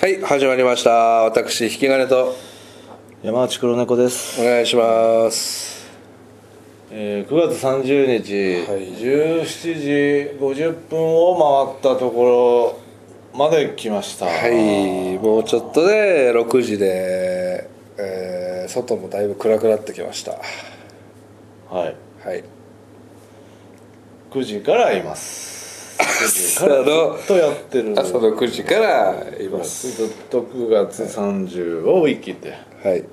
はい始まりました私引き金と山内黒猫です、お願いしますえー、9月30日、はい17時50分を回ったところまで来ましたはいもうちょっとで6時で、えー外もだいぶ暗くなってきましたははいい9時からいます9時朝からのずっとやってる朝の9時からいますずっと9月30を生きてはい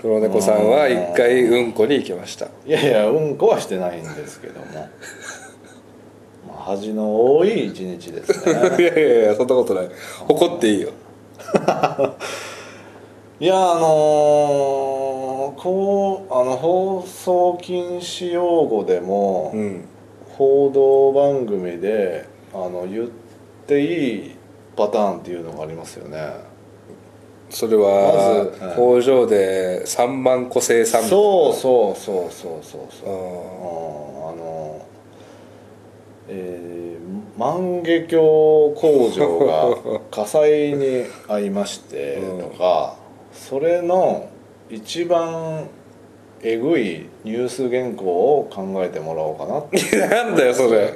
黒猫さんは一回うんこに行きましたいやいやうんこはしてないんですけども まあ恥の多い一日ですね いやいやいやそんなことない怒っていいよいやあのーこうあの放送禁止用語でも、うん報道番組であの言っていいパターンっていうのがありますよねそれはまずはい工場で3万個生産そうそうそうそうそうそうう、うんん あのえー万華鏡工 場が火災に遭いましてうんとか、それの一番えぐいニュース原稿を考えてもらおうかなっていやなんだよそれ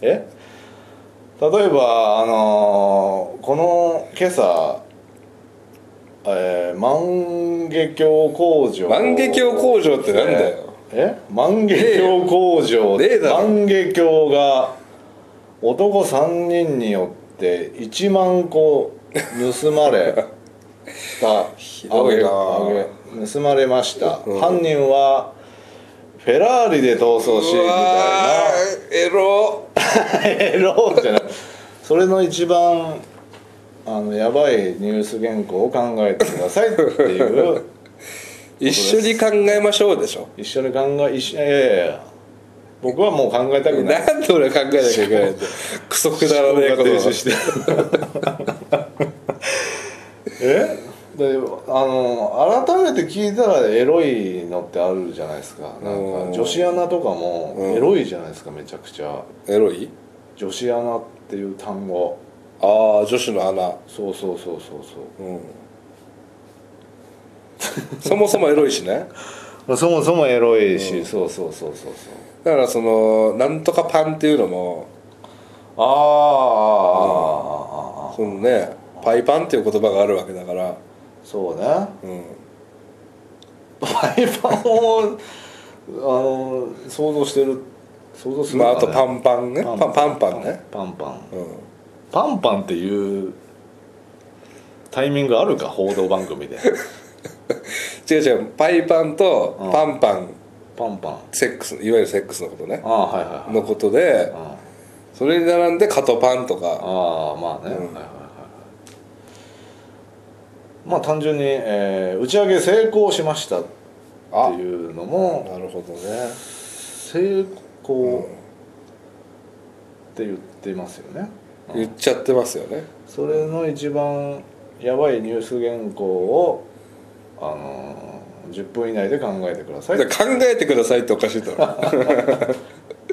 え例えばあのーこの今朝、えー万華鏡工場万華鏡工場ってなんだよえ万華鏡工場ねえねえだろ万華鏡が男3人によって1万個盗まれ たどいなあげあげ盗まれました、うん犯人はフェラーリで逃走しみたいなーエロエロじゃないそれの一番あのやばいニュース原稿を考えてくださいっていう一緒に考えましょうでしょ一緒に考え一緒いやいやいや僕はもう考えたくないなんで俺考えなきゃいけないんだよクソくだらねえこと思考が停止してえであの改めて聞いたらエロいのってあるじゃないですかなんかうん女子アナとかもうんエロいじゃないですかめちゃくちゃエロい女子アナっていう単語ああ女子の穴そうそうそうそうそううんそもそもエロいしねまあそもそもエロいし、そうそうそうそうそうだからそのなんとかパンっていうのもああ、ああああああそのねパイパンっていう言葉があるわけだからそうねうんパイパンをあの想像してる想像するまかあねあとパンパンねパンパンパンねパンパンうんパンパンっていうタイミングあるか報道番組 で違う違うパイパンとパンパンパンパンセックスいわゆるセックスのことねああはいはいはいのことであそれに並んでカトパンとかあまあね、うんはいはいはいはいまあ単純に、えー打ち上げ成功しましたっていうのもなるほどね成功って言ってますよね、言っちゃってますよねそれの一番やばいニュース原稿を、あのー10分以内で考えてくださいで考えてくださいっておかしいだ ろそ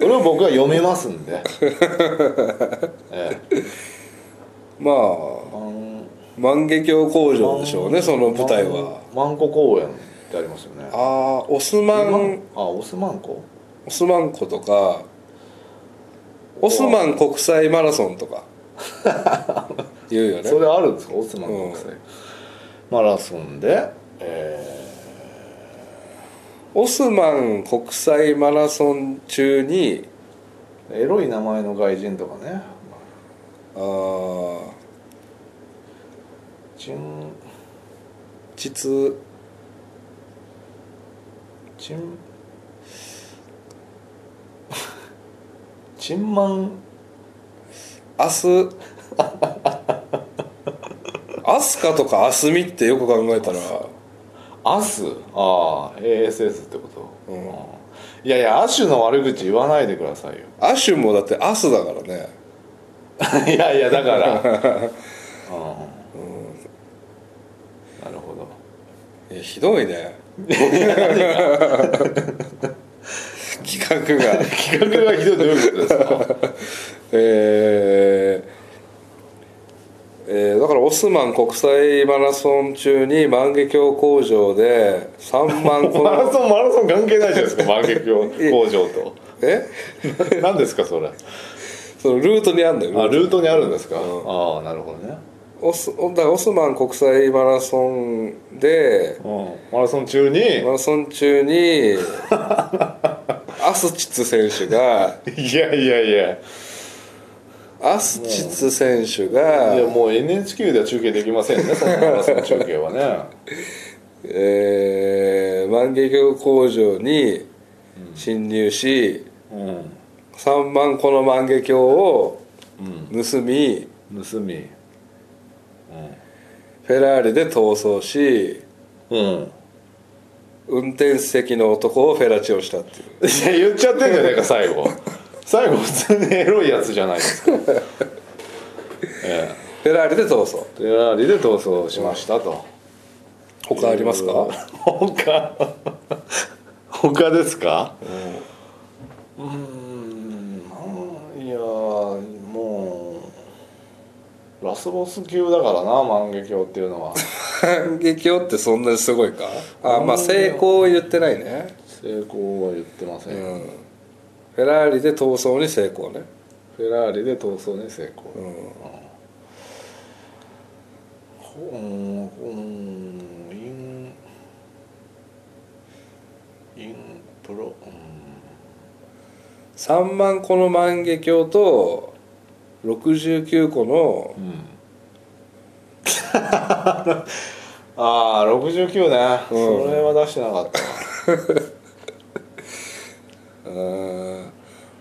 れを僕は読めます んでええまああん万華鏡工場でしょうねその舞台は万万古公園ってありますよねああオスマンあオスマンコオスマン湖とかオスマン国際マラソンと か言うよねそれあるんですかオスマン国際、マラソンで、えオスマン国際マラソン中にーエロい名前の外人とかねあーチン実チンチンマンアス アスカとかアスミってよく考えたらアスああ ASS ってこと、うんいやいやアッシュの悪口言わないでくださいよ アシュもだってアスだからねいやいやだから、うんなるほどえひどいね 企画が企画がひどいどういうことですかええーだからオスマン国際マラソン中に万華鏡工場で3万個 マラのソンマラソン関係ないじゃないですか万華鏡工場とえ何ですかそれそのルートにあるんだよあルートにあるんですか、うんああなるほどね、オスだからオスマン国際マラソンでうん、マラソン中にマラソン中にアスチツ選手がいやいやいやアスチツ選手がいやもう NHK では中継できませんねそんなマラソン中継はねえー万華鏡工場に侵入しう3万個の万華鏡をん、盗みうん、盗みフェラーリで逃走しうん、うん運転手席の男をフェラチオしたっていういや言っちゃってんじゃないか最後最後普通にエロいやつじゃないですかえフェラーリで逃走えフェラーリで逃走しましたと他ありますか他他ですかうんまあいやもうラスボス級だからな万華鏡っていうのは反撃をってそんなにすごいかあまあ成功は言ってないね成功は言ってませ、うんんフェラーリで逃走に成功ねフェラーリで逃走に成功、うんうんうんインインプロ3万個の万華鏡と69個のうん、 ああ69ね、うんそれは出してなかったうーん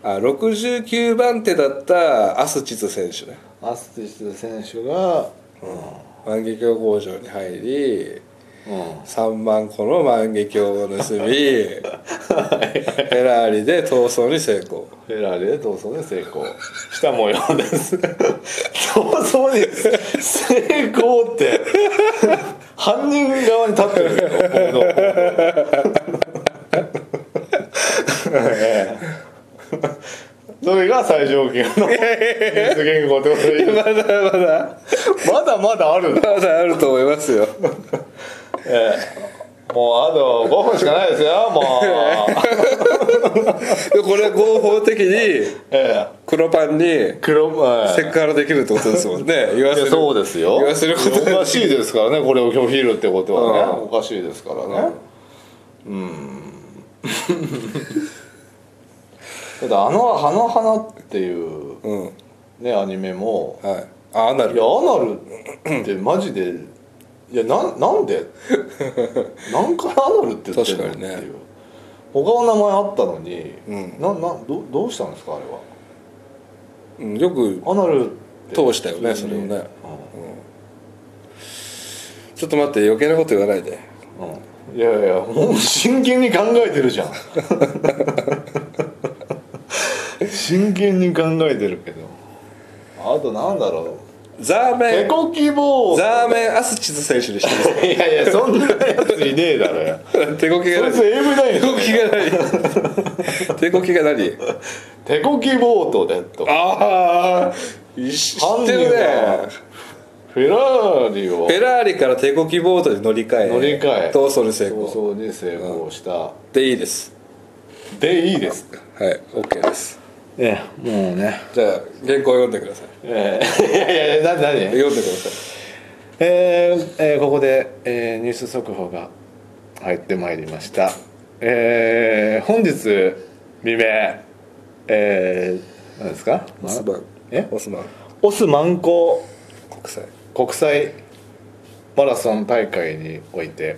あ69番手だなったアスチツ選手ねな アスティス選手が万華鏡工場に入りうん、 3万個の万華鏡を盗みフェラーリで逃走に成功フェラーリで逃走に成功した模様です 逃走に成功って犯人側に立ってるけど僕の ええそれが最上級の実現語ってことでいいまだまだまだまだあるのまだあると思いますよええもうあと5分しかないですよもう でこれ合法的にええ黒パンに黒ええセクハラできるってことですもんね言わいせやるそうですよ言わせることいやおかしいですからねこれを拒否るってことはね、うおかしいですからねうん だってあの「花の花」っていううんねアニメもはいあアナいルやアナルってマジでいやなんなんでなんからアナルって言ってんの確かにねっていう他の名前あったのに、うんななどどうしたんですかあれはうんよくアナルって通したよねそれをねちょっと待って余計なこと言わないでうんうんいやいやもう真剣に考えてるじゃん真剣に考えてるけどあとなんだろザーうメ手ンこき棒ザーメンアスチズ選手でしいやいやそんなやついねえだろよた 手こきがそないいつ AV だ手こよきがない 手こきが何 手こきボートでとかああ知ってるねフェラーリフをェラーリから手こきボートに乗り換え乗り換え逃走に成功早々に成功した、でいいですでいいですはい OK ですええもうねじゃあ原稿を読んでくださいええいやいやな何読んでくださえーえーここで、えーニュース速報が入ってまいりました、えー本日未明えー、何ですかいオスマンえオスマンオスマンコ国際国際マラソン大会において、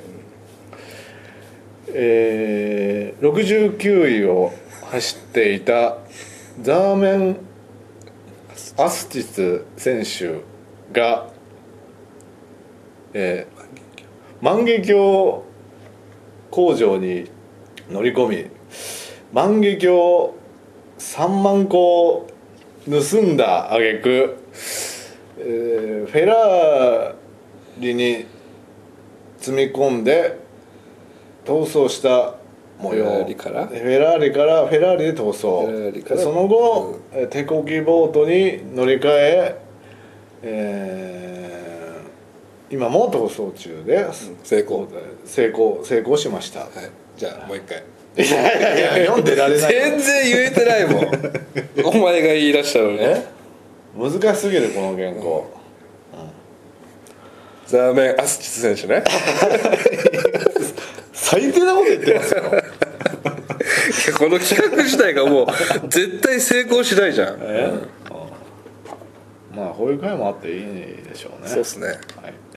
えー69位を走っていたザーメン・アスティス選手が、えー万華鏡工場に乗り込み万華鏡3万個を盗んだ挙句えーフェラーリに積み込んで逃走した模様フェラーリからフェラーリからフェラーリで逃走フェラーリからその後、えー手こぎボートに乗り換ええー今も逃走中です、うん成功成功成功しました、はい、じゃあもう一回い、やいやいや読んでられない全然言えてないもん お前が言い出したのにえ難しすぎるこの原稿、ザーメン・アスチス選手 ね最低なこと言ってますよ いやこの企画自体がもう絶対成功しないじゃん、え、うんまあこういう回もあっていいでしょうねそうっすねはい